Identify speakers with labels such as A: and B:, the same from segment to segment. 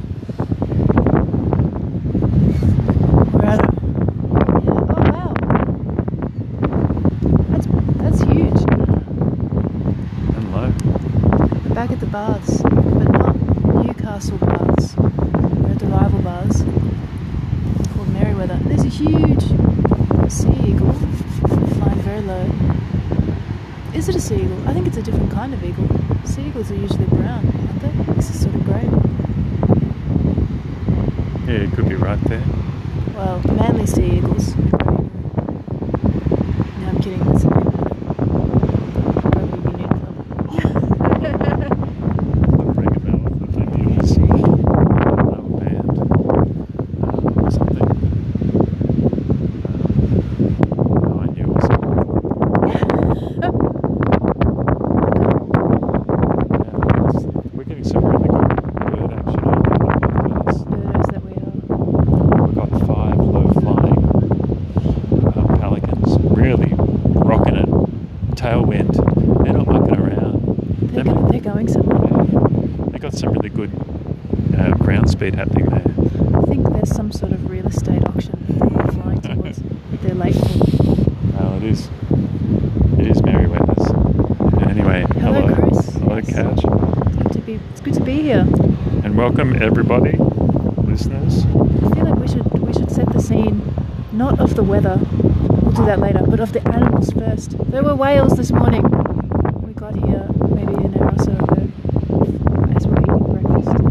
A: Oh, back at the baths, but not Newcastle baths. We're at the rival baths called Merriweather. There's a huge sea eagle flying very low. Is it a sea eagle? I think it's a different kind of eagle. Sea eagles are usually brown, aren't they? This is sort of grey.
B: Yeah, it could be right there.
A: Well, manly sea eagles. No, I'm kidding. That's a rugby union club.
B: Ring a bell. I think it was another band um, or something. Um, no, I knew it was yeah, that's- We're getting some really good, good action on the podcast.
A: Birds that we are.
B: We've got five low flying uh, pelicans really rocking it, tailwind. They're not mucking around.
A: They're,
B: They
A: go-
B: might-
A: they're going somewhere.
B: yeah, they got some really good uh, ground speed happening there.
A: I think there's some sort of real estate auction that they're flying towards. they're late for.
B: Well, it is. It is Merryweather's. Anyway,
A: Hello,
B: hello,
A: Chris.
B: hello,
A: Yes.
B: Couch,
A: Good to be, it's good to be here.
B: and welcome everybody, listeners.
A: I feel like we should we should set the scene, not of the weather. We'll do that later, but of the animals first. There were whales this morning. We got here maybe an hour or so ago as we were eating breakfast.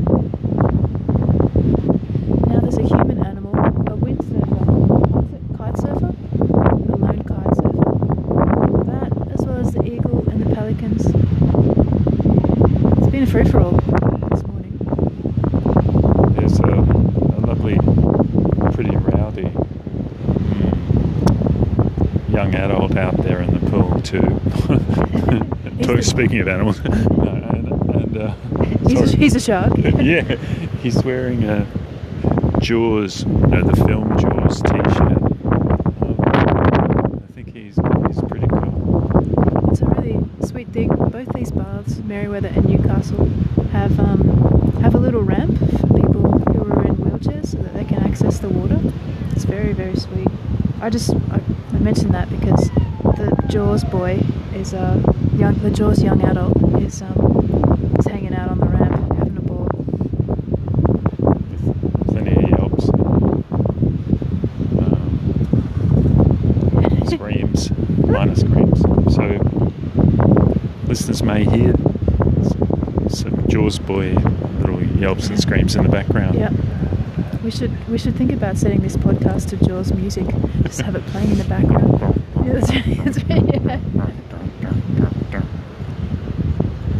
A: Now there's a human animal, a windsurfer, is it kite surfer, a lone kite surfer. That, as well as the eagle and the pelicans. It's been a free for all this morning.
B: There's a, a lovely, pretty rowdy mm, young adult out there in the pool too.
A: He's
B: Talk,
A: the-
B: speaking of animals, no, and, and uh,
A: He's a,
B: sorry.
A: he's a shark.
B: yeah, he's wearing a Jaws, no, the film Jaws T-shirt. Um, I think he's he's pretty cool.
A: It's a really sweet thing. Both these baths, Merriweather and Newcastle, have um, have a little ramp for people who are in wheelchairs so that they can access the water. It's very very sweet. I just I, I mentioned that because the Jaws boy is a young the Jaws young adult is um, is hanging out on the ramp having a ball.
B: Plenty of yelps, um, screams, minor screams. So listeners may hear s- some Jaws boy little yelps and screams in the background.
A: Yeah. We should we should think about setting this podcast to Jaws music. Just have it playing in the background. Yeah, that's right, that's right, yeah.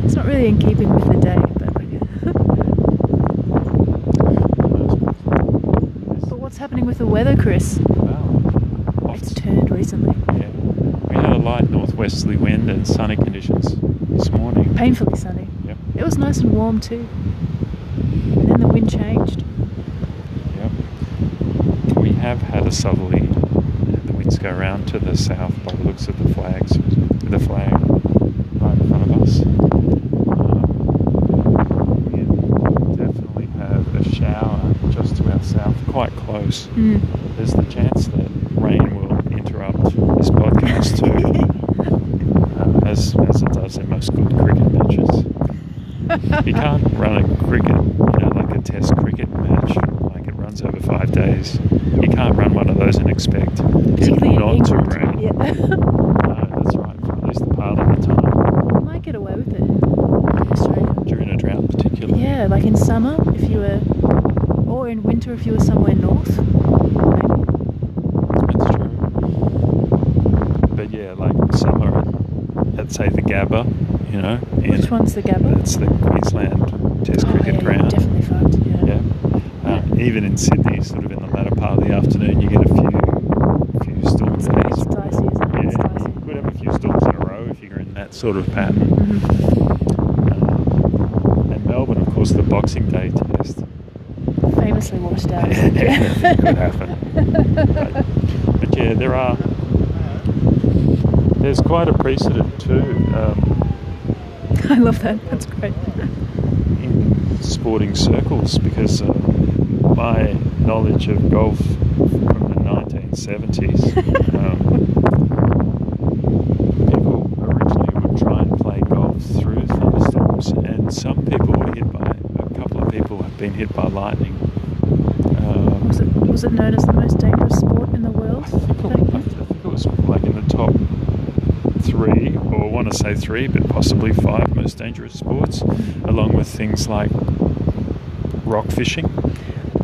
A: It's not really in keeping with the day, but But what's happening with the weather, Chris?
B: Wow.
A: It's turned recently.
B: Yeah. We had a light northwesterly wind and sunny conditions this morning.
A: Painfully sunny.
B: Yep.
A: It was nice and warm too. And then the wind changed.
B: Yep. We have had a southerly. The winds go round to the south by the looks of the flags. The flag right in front of us. Um, we definitely have a shower just to our south, quite close.
A: Mm.
B: There's the chance that rain will interrupt this podcast too, uh, as, as it does in most good cricket matches. You can't run a cricket, you know, like a test cricket match, like it runs over five days. You can't run one of those and expect it
A: Particularly in
B: not to
A: England.
B: rain.
A: Yeah.
B: No, that's right, for at least a part of the time.
A: you might get away with it. in Australia.
B: During a drought, particularly.
A: Yeah, like in summer if you were, or in winter if you were somewhere north. Maybe.
B: That's true. But yeah, like summer at, at say the Gabba, you know. in-
A: Which one's the Gabba?
B: That's the Queensland Test
A: Oh,
B: Cricket
A: yeah,
B: Ground.
A: Definitely fucked. Yeah.
B: Yeah. Uh, even in Sydney, sort of in the latter part of the afternoon, you get a few, few storms.
A: It's,
B: days.
A: it's dicey, isn't it?
B: Yeah,
A: It's dicey.
B: you could have a few storms in a row if you're in that sort of pattern.
A: Mhm.
B: Um, and Melbourne, of course, the Boxing Day Test.
A: Famously washed out.
B: Anything could happen. But, but yeah, there are. There's quite a precedent too um,
A: I love that. That's great.
B: in sporting circles because uh, my knowledge of golf from the 1970s, um, people originally would try and play golf through thunderstorms, and hit by lightning. Uh,
A: Was it was it known as the most dangerous sport in the
B: I
A: world?
B: think, it,
A: back
B: I
A: then?
B: think it was like in the top three, or I want to say three, but possibly five most dangerous sports, along with things like rock fishing.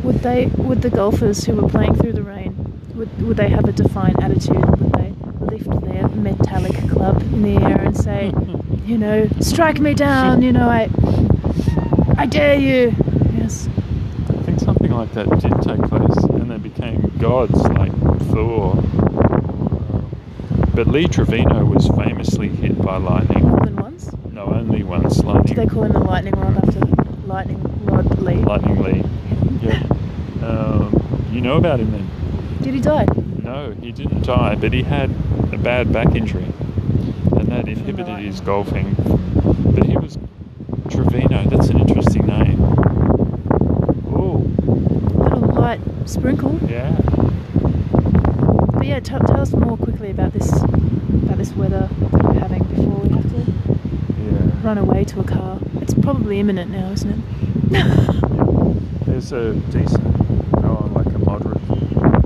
A: Would they would the golfers who were playing through the rain would, would they have a defiant attitude? Would they lift their metallic club in the air and say, you know, strike me down, you know, I I dare you. Yes.
B: I think something like that did take place, and they became gods like Thor. But Lee Trevino was famously hit by lightning.
A: More than once.
B: No, only once
A: Did they
B: lightning.
A: call him the lightning rod after lightning rod Lee?
B: Lightning Lee. Yeah. Um, you know about him then?
A: Did he die?
B: No, he didn't die, but he had a bad back injury, and that inhibited
A: lightning.
B: his golfing. But he was Trevino. That's an interesting name. Oh,
A: Little light sprinkle.
B: yeah.
A: But yeah, tell, tell us more quickly about this about this weather that we're having before we have to
B: Yeah.
A: run away to a car. It's probably imminent now, isn't it?
B: There's a decent, oh, like a moderate,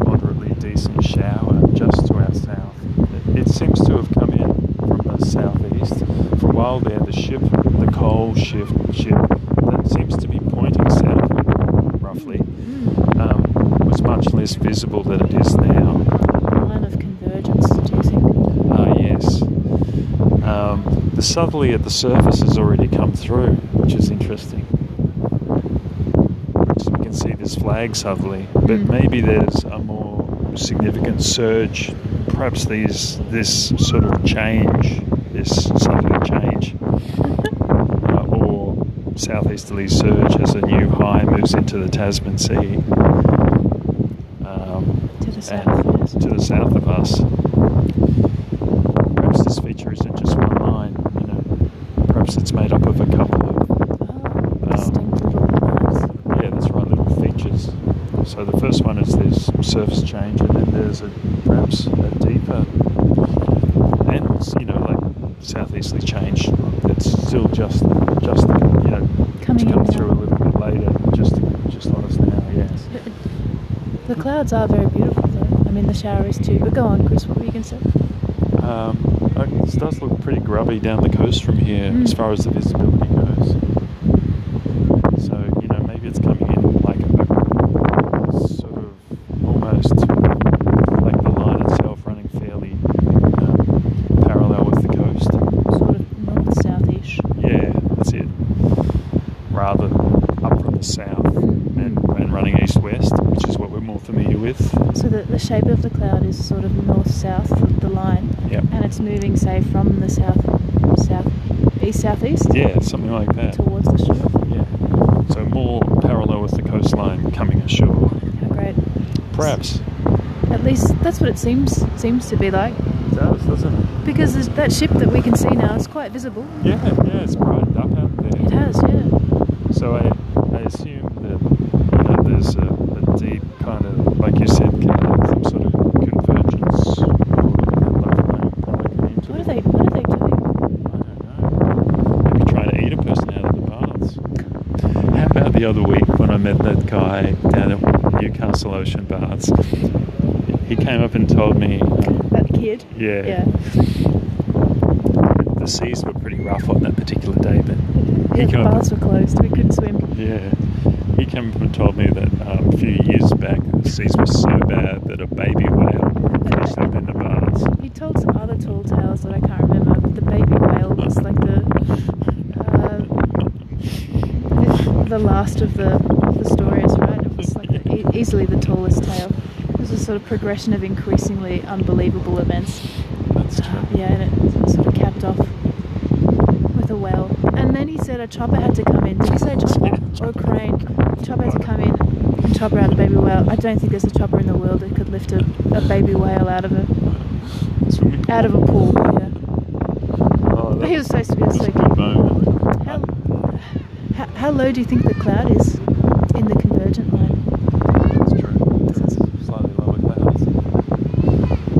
B: moderately decent shower just to our south. It, it seems to have come in from the southeast. For a while there, the ship, the coal shift ship, that seems to be pointing south, roughly,
A: Mm.
B: um, was much less visible than it is now.
A: A line of convergence, do you think?
B: Ah, yes. Um, the southerly at the surface has already come through, which is interesting. Which we can see this flag southerly, but
A: Mm.
B: maybe there's a more significant surge. Perhaps these this sort of change, this southerly change, uh, or southeasterly surge as a new high moves into the Tasman Sea. Um,
A: To the south,
B: and
A: yes.
B: To the south of us. Perhaps this feature isn't just one line, you know. Perhaps it's made up of a couple of,
A: Oh, distinct little lines.
B: yeah, that's right, little features. So the first one is this surface change, and then there's a perhaps a deeper, and it's, you know, like southeasterly change. It's still just, just you know,
A: Coming
B: to come
A: in now.
B: through a little bit later, just, just on us now. Yes.
A: But it- The clouds are very beautiful, though. I mean, the shower is too. But go on, Chris. What were you going to say?
B: Um, uh, this does look pretty grubby down the coast from here
A: Mm.
B: as far as the visibility goes. So, you know, maybe it's coming in like a sort of almost like the line itself running fairly um, parallel with the coast.
A: Sort of north southish.
B: Yeah, that's it. Rather up from the south
A: Mm.
B: and, and running east west, which is what we're more familiar with.
A: So the, the shape of the cloud is sort of north south, the line.
B: Yep.
A: And it's moving, say, from the south, south, east southeast.
B: Yeah, something like that.
A: Towards the shore.
B: Yeah. So more parallel with the coastline coming ashore.
A: How great.
B: Perhaps.
A: At least that's what it seems seems to be like.
B: It does, doesn't it?
A: Because there's- that ship that we can see now is quite visible.
B: Yeah, yeah, it's brightened up out there.
A: It has, yeah.
B: So I, I assume that you know, there's a, a deep kind of, like you said, kind of some sort of convergence. or like an
A: What are they? What are they doing?
B: I don't know. Maybe trying to eat a person out of the baths. How about the other week when I met that guy down at Newcastle Ocean Baths? He came up and told me. um,
A: That kid.
B: Yeah.
A: Yeah.
B: The seas were pretty rough on that particular day, but
A: Yeah,
B: he
A: the
B: came up-
A: bars were closed. We couldn't swim.
B: Yeah, he came up and told me that um, a few years back the seas were so bad that a baby whale crashed up in the baths.
A: He told some other tall tales that I can't remember. but The baby whale was like the uh, the last of the, the stories, right? It was like the, e- easily the tallest tale. It was a sort of progression of increasingly unbelievable events.
B: That's true.
A: Uh, um, Yeah, and it sort of capped off with a whale. And then he said a chopper had to come in. Did he say chopper
B: Yeah,
A: or a
B: chopper.
A: crane? Chopper had to come in and chopper out a baby whale. I don't think there's a chopper in the world that could lift a, a baby whale out of a
B: Swimming
A: out of a pool. Yeah.
B: Oh, that
A: He was supposed to be
B: was a
A: so
B: good
A: good.
B: moment.
A: How, how, how low do you think the cloud is in the convergent line?
B: That's true. Slightly lower clouds.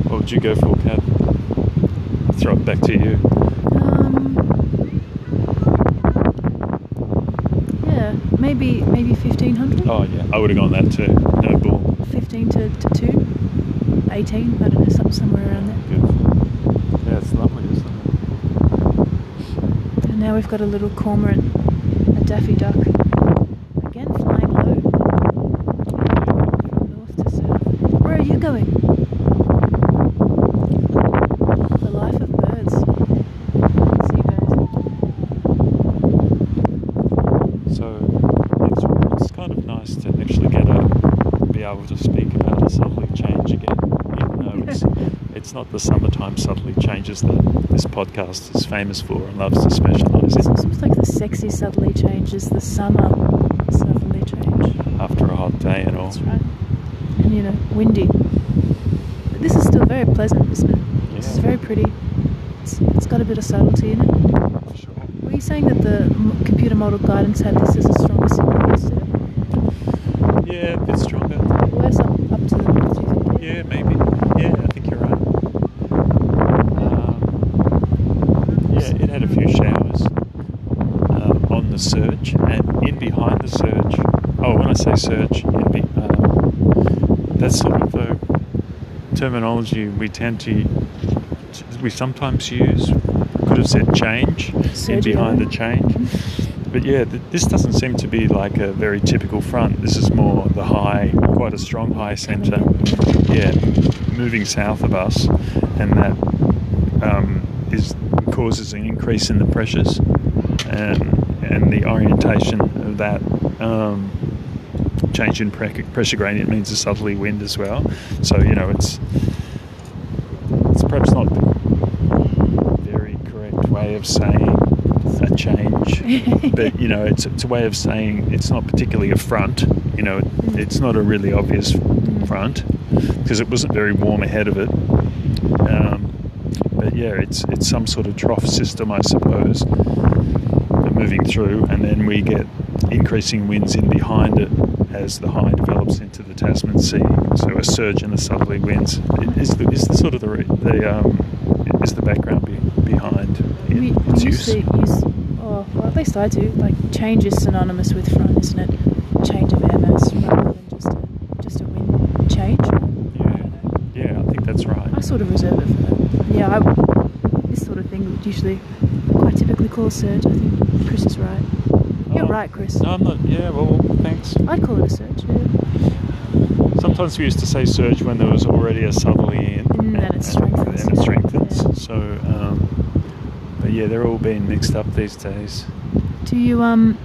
B: What would you go for, Kat? I'll throw it back to you.
A: Mm-hmm. Um, yeah, may, maybe maybe fifteen hundred.
B: Oh yeah, I would have gone that too. No ball.
A: Fifteen to, to two. Eighteen. I don't know. Some, somewhere around there.
B: Beautiful. Yeah, it's lovely, isn't it?
A: And now we've got a little cormorant, a daffy duck, again flying low from north to south. Where are you going? The life of birds. See birds.
B: So it's, it's kind of nice to actually get a be able to speak about the subtly change again, even though it's it's not the summertime subtly changes that this podcast is famous for and loves to specialise
A: It's
B: in.
A: almost like the sexy subtly changes, the summer subtly change.
B: After a hot day and all.
A: That's right. And you know, windy. But this is still very pleasant, isn't it? It's
B: Yeah.
A: very pretty. It's, it's got a bit of subtlety in it.
B: For sure.
A: Were you saying that the m- computer model guidance had this as a stronger signal yesterday?
B: Yeah, a bit stronger.
A: Worse up, up to the north, do you think?
B: Yeah, maybe. Yeah, I think you're right. Um, yeah, it had a few showers um, on the surge and in behind the surge. Oh, when I say surge, in be, um, that's sort of the terminology we tend to we sometimes use. Could have said change in
A: Surge,
B: behind
A: yeah.
B: the change.
A: Mm-hmm.
B: But yeah, th- this doesn't seem to be like a very typical front. This is more the high, quite a strong high centre. Yeah, moving south of us, and that um, is causes an increase in the pressures and and the orientation of that. Um, Change in pre- pressure gradient means a southerly wind as well, so you know it's it's perhaps not the very correct way of saying a change, but you know, it's, it's a way of saying it's not particularly a front. You know,
A: Mm.
B: it's not a really obvious front because it wasn't very warm ahead of it. Um, but yeah, it's it's some sort of trough system, I suppose, moving through, and then we get increasing winds in behind it as the high develops into the Tasman Sea. So a surge in the southerly winds It is the, is the sort of the, re- the um, is the background be, behind it,
A: We, we
B: its use.
A: usually use, oh, well, at least I do, like change is synonymous with front, isn't it? Change of air mass rather than just a, just a wind change.
B: Yeah, yeah, I think that's right.
A: I sort of reserve it for that. Yeah, I, this sort of thing would usually quite typically call a surge. I think Chris is right. You're
B: Oh,
A: right, Chris.
B: No, I'm not. Yeah, well, thanks.
A: I'd call it a surge. Yeah.
B: Sometimes we used to say surge when there was already a southerly in,
A: And then it strengthens,
B: And it
A: yeah.
B: strengthens.
A: Yeah.
B: So, um, but yeah, they're all being mixed up these days.
A: Do you um,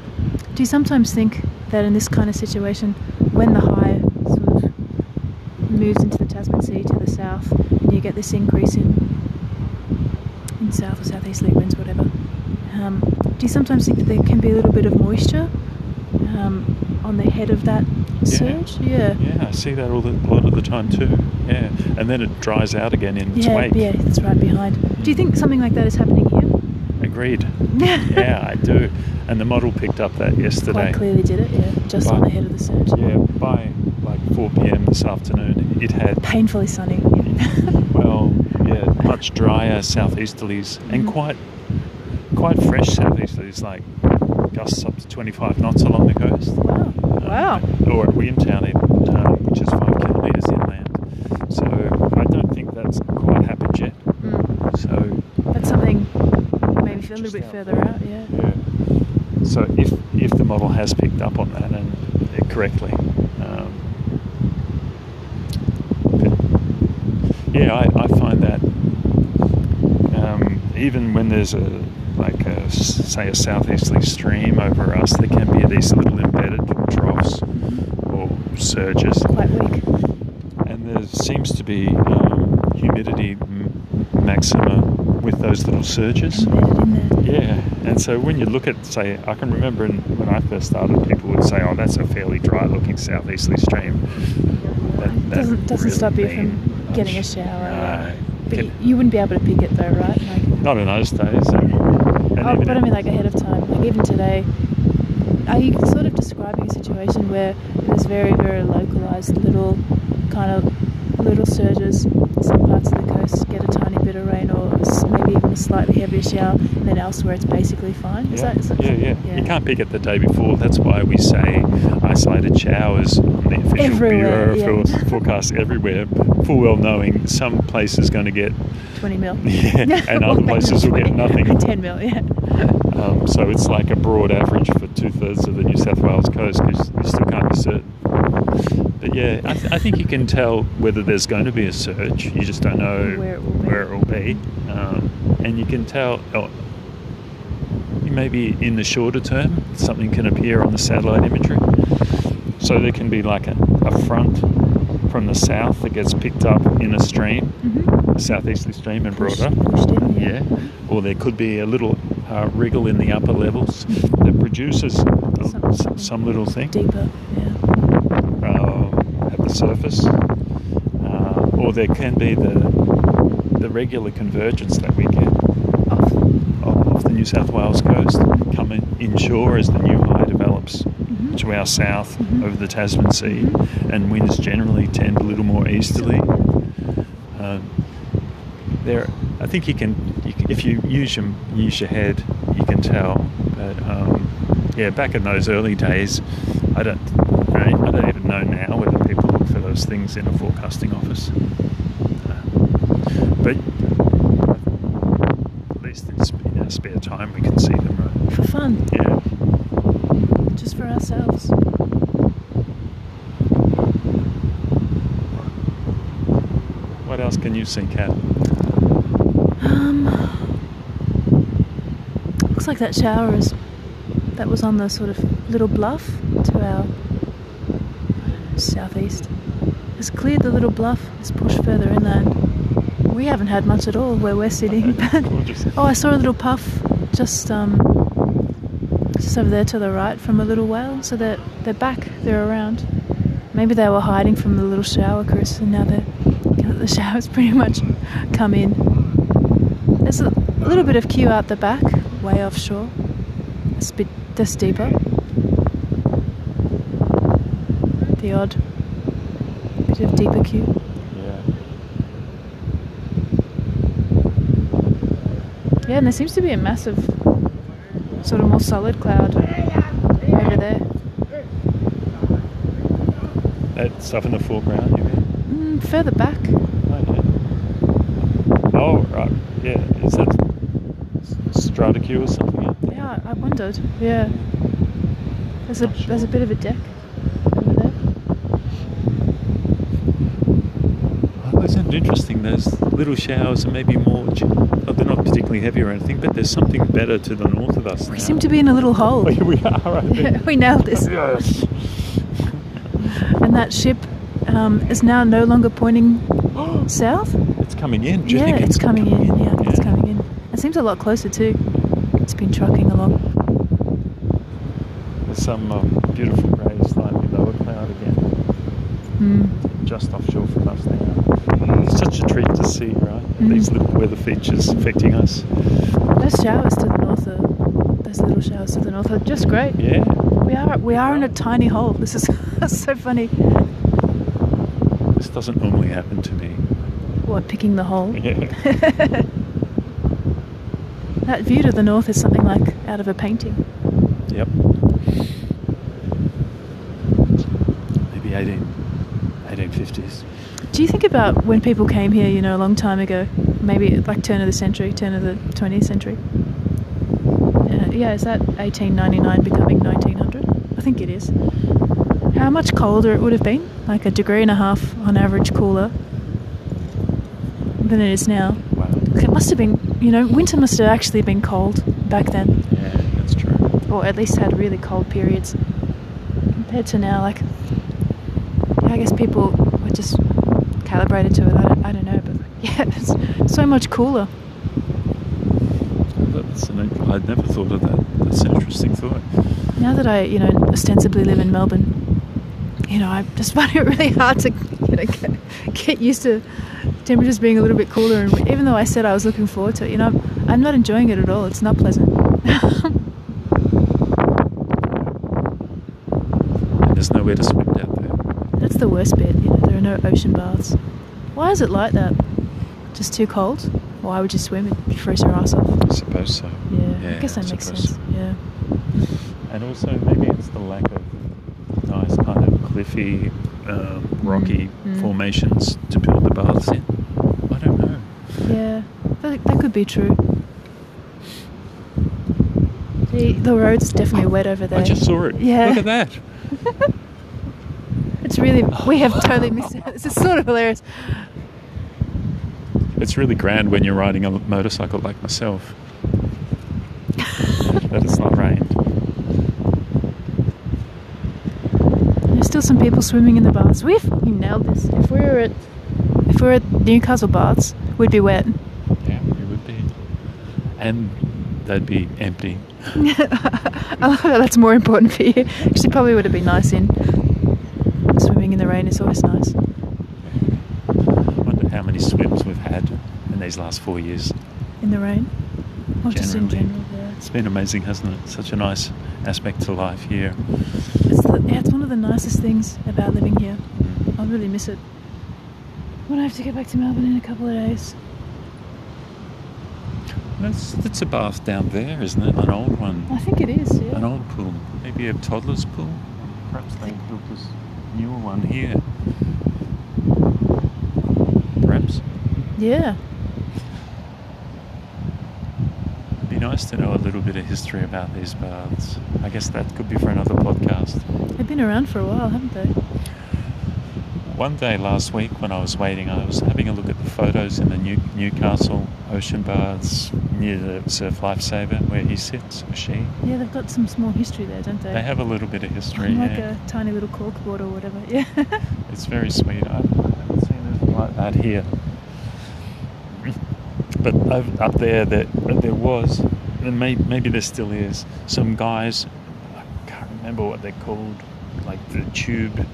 A: do you sometimes think that in this kind of situation, when the high sort of moves into the Tasman Sea to the south, and you get this increase in in south or southeasterly winds, whatever, um, do you sometimes think that there can be a little bit of moisture um, on the head of that surge?
B: Yeah, I see that all the, a lot of the time too. Yeah, and then it dries out again in its
A: yeah,
B: wake.
A: yeah, it's right behind. Do you think something like that is happening here?
B: Agreed. yeah, I do. And the model picked up that yesterday.
A: Quite clearly did it, yeah, just on
B: But-
A: the head of the surge.
B: Yeah, by like 4 p.m. this afternoon, it had
A: Painfully sunny.
B: well, yeah, much drier southeasterlies and
A: Mhm.
B: quite quite fresh southeasterlies, like gusts up to 25 knots along the coast.
A: Wow.
B: Um,
A: Wow.
B: Or at Williamtown, even, um, which is five kilometres inland. So I don't think that's quite happened yet.
A: Mm.
B: So
A: That's something maybe a little
B: Just
A: bit
B: out
A: further
B: there.
A: out, yeah.
B: Yeah. So if if the model has picked up on that and it correctly, um, but yeah, I, I find that um, even when there's a like a, s- say a southeasterly stream over us, there can be these little embedded troughs or surges
A: Quite weak.
B: and there seems to be um, humidity m- maxima with those little surges.
A: Embedded in there.
B: Yeah, and so when you look at, say, I can remember in, when I first started, people would say, "Oh, that's a fairly dry-looking southeasterly stream." That,
A: It
B: that
A: doesn't doesn't
B: really
A: stop you
B: mean
A: from getting a
B: much.
A: shower.
B: No.
A: But
B: Get-
A: you, you wouldn't be able to pick it though, right? Like,
B: Not in those days. And
A: oh,
B: even
A: but I
B: in-
A: mean, like ahead of time. Like even today, are you sort of describing a situation where there's very, very localized little kind of little surges? Some parts of the coast get a tiny bit bit of rain or s- maybe even a slightly heavier shower, and then elsewhere it's basically fine. Is
B: yeah.
A: that? Is that
B: yeah, yeah, You can't pick it the day before. That's why we say isolated showers on the official
A: Everywhere,
B: bureau
A: yeah.
B: for- forecast everywhere, full well knowing some place is going to get.
A: 20 mil.
B: Yeah, and
A: Or
B: other
A: maybe
B: places will get
A: 20
B: nothing.
A: 10 mil, yeah.
B: Um, so it's like a broad average for two thirds of the New South Wales coast because you still can't be certain. But yeah, I, th- I think you can tell whether there's going to be a surge. You just don't know
A: Where it will be.
B: where it will be. Um, and you can tell, oh, maybe in the shorter term, something can appear on the satellite imagery. So there can be like a, a front from the south that gets picked up in a stream,
A: Mhm.
B: a southeasterly stream, and brought
A: Pushed-
B: up.
A: pushed in,
B: Yeah,
A: yeah.
B: or there could be a little uh, wriggle in the upper levels that produces uh,
A: Some-
B: s- some, little thing
A: Deeper, yeah.
B: um, at the surface, uh, or there can be the the regular convergence that we get
A: Off.
B: of, of the New South Wales coast coming inshore as the new high develops
A: Mhm.
B: to our south
A: Mhm.
B: over the Tasman Sea,
A: Mhm.
B: and winds generally tend a little more easterly. Um, there, I think you can, you can if you use your use your head, you can tell. But um, yeah, back in those early days, I don't, I I don't even know now whether people look for those things in a forecasting office. Uh, But at least in sp- in our spare time, we can see them. Right?
A: For fun.
B: Yeah.
A: Just for ourselves.
B: What else can you see, Kat?
A: Um, looks like that shower is that was on the sort of little bluff to our southeast. It's cleared the little bluff. It's pushed further inland. We haven't had much at all where we're sitting.
B: Okay,
A: But
B: gorgeous.
A: oh, I saw a little puff just um, just over there to the right from a little whale. So they're they're back. They're around. Maybe they were hiding from the little shower, Chris, and now they're the shower's pretty much come in. There's a little bit of queue out the back, way offshore. It's a bit that's deeper. The odd bit of deeper queue.
B: Yeah.
A: Yeah, and there seems to be a massive, sort of more solid cloud over there.
B: That stuff in the foreground, you mean?
A: Mm, further back.
B: Oh, right. Yeah. Is that Stratacue or something? out there?
A: Yeah, I wondered. Yeah, there's a
B: Not sure.
A: there's a bit of a deck over there.
B: Oh, isn't it interesting? Those little showers are maybe more. ch- Oh, they're not particularly heavy or anything, but there's something better to the north of us.
A: We
B: now.
A: seem to be in a little hole.
B: Oh, yeah, we are, I think.
A: we nailed this.
B: Yes.
A: And that ship um, is now no longer pointing south.
B: It's coming in. Do you
A: yeah,
B: think
A: it's, coming, in. Yeah, it's
B: Yeah.
A: coming in. It seems a lot closer too. It's been trucking along.
B: There's some um, beautiful grey, slightly lower cloud again,
A: Mm.
B: just offshore from us now. It's such a treat to see, right?
A: Mm.
B: These little weather features affecting us.
A: Those showers to the north are those little showers to the north are just great.
B: Yeah.
A: We are we are in a tiny hole. This is so funny.
B: This doesn't normally happen to me.
A: What picking the hole?
B: Yeah.
A: that view to the north is something like out of a painting.
B: Yep. Maybe 18, 1850s.
A: Do you think about when people came here, you know, a long time ago, maybe like turn of the century, turn of the 20th century? Uh, yeah, is that 1899 becoming 1900? I think it is. How much colder it would have been, like a degree and a half on average cooler than it is now.
B: Wow.
A: It must have been, you know, winter must have actually been cold back then,
B: Yeah, that's true.
A: or at least had really cold periods compared to now. Like, yeah, I guess people were just calibrated to it. I don't, I don't know, but like, yeah, it's so much cooler.
B: That's an, I'd never thought of that. That's an interesting thought.
A: Now that I, you know, ostensibly live in Melbourne, you know, I just find it really hard to, you know, get, get used to temperatures being a little bit cooler. And even though I said I was looking forward to it, you know, I'm, I'm not enjoying it at all. It's not pleasant.
B: And there's nowhere to swim down there.
A: That's the worst bit. You know, there are no ocean baths. Why is it like that? Just too cold? Why would you swim? It'd freeze your ass off.
B: I suppose so.
A: Yeah, I guess that makes
B: suppose
A: sense.
B: so.
A: Yeah.
B: And also, maybe it's the lack of nice kind of cliffy, um, rocky
A: mm.
B: formations to build the baths in. I don't know.
A: Yeah, that, that could be true. The, the road's definitely wet over there.
B: I just saw it.
A: Yeah.
B: Look at that.
A: It's really, we have totally missed out. This is sort of hilarious.
B: It's really grand when you're riding a motorcycle like myself that it's not rained.
A: There's still some people swimming in the baths. We've you nailed this. If we were at, if we were at Newcastle baths, we'd be wet.
B: Yeah, it would be. And they'd be empty.
A: I love how that's more important for you. Actually, probably would have been nice in. Swimming in the rain is always nice.
B: I wonder how many swims we've had in these last four years.
A: In the rain? Or just in
B: Generally.
A: general, yeah.
B: It's been amazing, hasn't it? Such a nice aspect to life here.
A: It's, the, yeah, it's one of the nicest things about living here.
B: Mm.
A: I really miss it. When I have to get back to Melbourne in a couple of days.
B: That's, that's a bath down there, isn't it? An old
A: I
B: one.
A: think it is, yeah.
B: An old pool. Maybe a toddler's pool. Perhaps they built this newer one here. Perhaps.
A: Yeah.
B: It'd be nice to know a little bit of history about these baths. I guess that could be for another podcast.
A: They've been around for a while, haven't they?
B: One day last week, when I was waiting, I was having a look at the photos in the New- Newcastle Ocean Baths near the Surf Lifesaver where he sits, or she.
A: Yeah, they've got some small history there, don't they?
B: They have a little bit of history.
A: Like
B: yeah.
A: a tiny little corkboard or whatever. Yeah.
B: It's very sweet. I haven't seen anything like that here. But over, up there, there, there was, and may, maybe there still is, some guys, I can't remember what they're called, like the tube,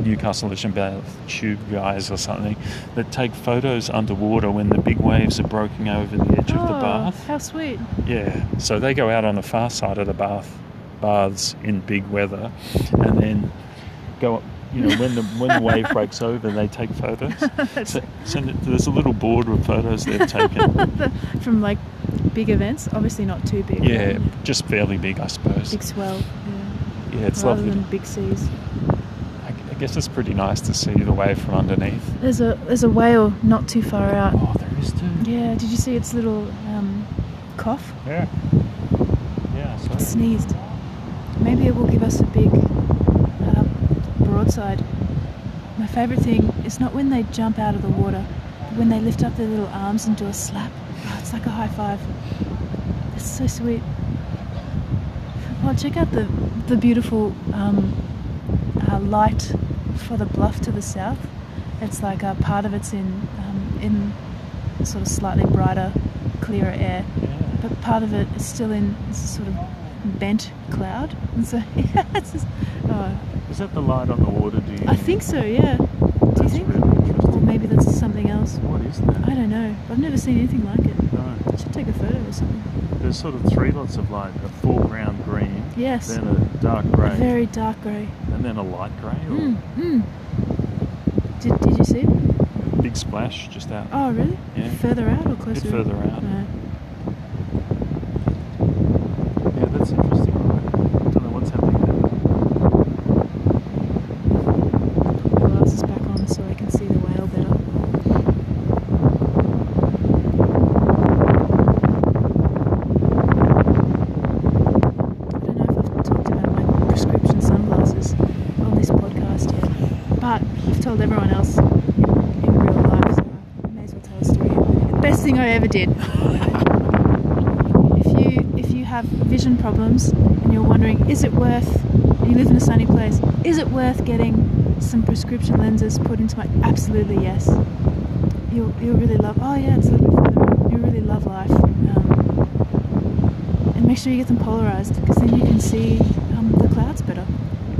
B: Newcastle Ocean Bath tube guys or something, that take photos underwater when the big waves are breaking over the edge of the
A: Oh,
B: bath.
A: How sweet.
B: Yeah, so they go out on the far side of the bath baths in big weather, and then go up. You know, when the when the wave breaks over, they take photos.
A: That's-
B: So, so there's a little board with photos they've taken.
A: From like big events, obviously not too big.
B: Yeah,
A: right?
B: just fairly big, I suppose.
A: Big swell. Yeah.
B: Yeah, it's
A: Rather
B: lovely.
A: than big seas.
B: I, I guess it's pretty nice to see the wave from underneath.
A: There's a there's a whale not too far out.
B: Oh, there is too.
A: Uh, Yeah, did you see its little um, cough?
B: Yeah. Yeah. I saw
A: It
B: it.
A: sneezed. Maybe it will give us a big uh, broadside. My favourite thing is not when they jump out of the water, but when they lift up their little arms and do a slap. Oh, it's like a high five. It's so sweet. Well, check out the the beautiful um, uh, light for the bluff to the south. It's like a part of it's in um, in sort of slightly brighter, clearer air
B: Yeah.
A: but part of it is still in this sort of bent cloud. And so, yeah, it's just, oh,
B: Is that the light on the water? Do you?
A: I think so, yeah. Do you
B: That's
A: think?
B: really interesting.
A: Or maybe that's something else.
B: What is that?
A: I don't know. I've never seen anything like it.
B: No.
A: I should take a photo or something.
B: There's sort of three lots of light: a foreground green,
A: Yes.
B: then a dark
A: A
B: grey,
A: very dark grey.
B: and then a light grey. Or
A: Mm, mm. Did, did you see it?
B: Big splash just out.
A: Oh, really?
B: Yeah.
A: Further out or closer?
B: bit further out.
A: No.
B: Yeah, that's interesting. I don't know what's happening
A: The glasses back on so I can see the whale better. I don't know if I've talked about my prescription sunglasses on this podcast yet, but I've told everyone else in, in real life, so I may as well tell a story. The best thing I ever did if you if you have vision problems and you're wondering is it worth you live in a sunny place is it worth getting some prescription lenses put into my absolutely yes you'll, you'll really love oh yeah it's a little bit further you really love life um, and make sure you get them polarized because then you can see um, the clouds better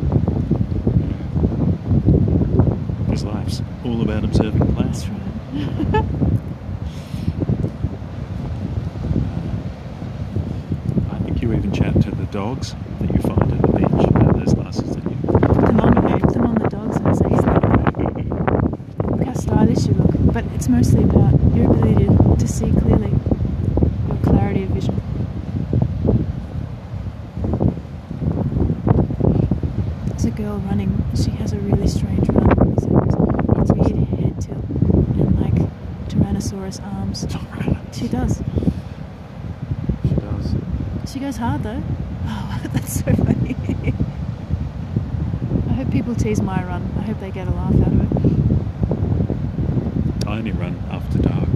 B: there. His life's all about observing plants.
A: that's right
B: I think you even chat to the dogs that you find at the beach about those glasses that you.
A: put them on put them on the dogs and say look how stylish you look but it's mostly about your ability to, to see clearly girl running, she has a really strange run. So it's it's weird head tilt and like Tyrannosaurus arms. She does.
B: She does.
A: She goes hard though. Oh, that's so funny. I hope people tease my run. I hope they get a laugh out of it.
B: I only run after dark.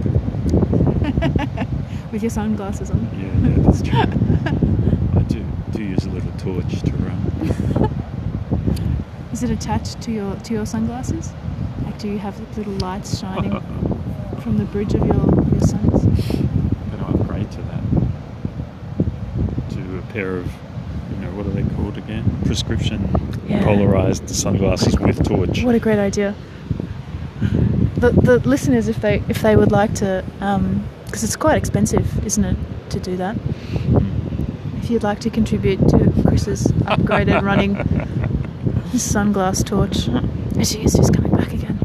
A: With your sunglasses on.
B: Yeah, yeah, that's true. I do do use a little torch to run.
A: Is it attached to your to your sunglasses? Like, do you have little lights shining from the bridge of your your suns?
B: Can I upgrade to that? To a pair of, you know, what are they called again? Prescription
A: Yeah.
B: polarized sunglasses with torch.
A: What a great idea. The, the listeners, if they if they would like to, because it's quite expensive, isn't it, to do that?
B: Hmm.
A: If you'd like to contribute to Chris's upgraded running sunglass torch, and she is just coming back again.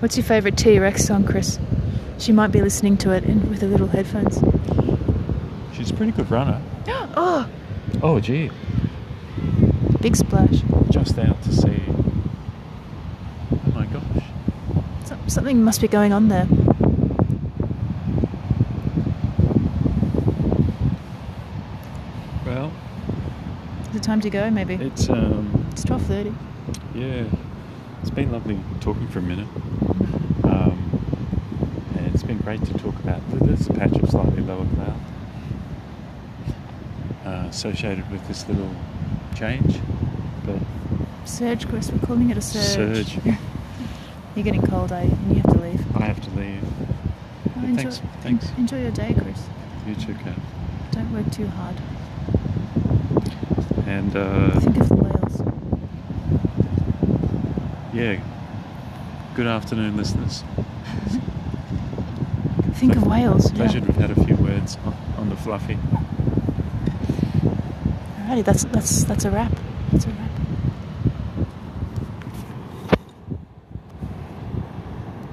A: What's your favourite T Rex song, Chris? She might be listening to it in, with her little headphones.
B: She's a pretty good runner.
A: oh,
B: Oh, gee.
A: big splash!
B: Just out to see. Oh my gosh.
A: So, something must be going on there.
B: Well,
A: Is it time to go? Maybe
B: it's um,
A: it's twelve thirty.
B: yeah, it's been lovely talking for a minute. Um, and it's been great to talk about this patch of slightly lower cloud uh, associated with this little change. But
A: Surge, Chris. We're calling it a surge.
B: Surge.
A: You're getting cold, eh? And you have to leave.
B: I have to leave.
A: Well,
B: But thanks, thanks.
A: Enjoy your day, Chris.
B: You too, Kat.
A: Don't work too hard.
B: And uh,
A: Think of the whales.
B: yeah, good afternoon, listeners.
A: Think of whales. yeah.
B: Pleasure to have had a few words on, on the fluffy.
A: Alrighty, that's that's that's a wrap. That's a wrap.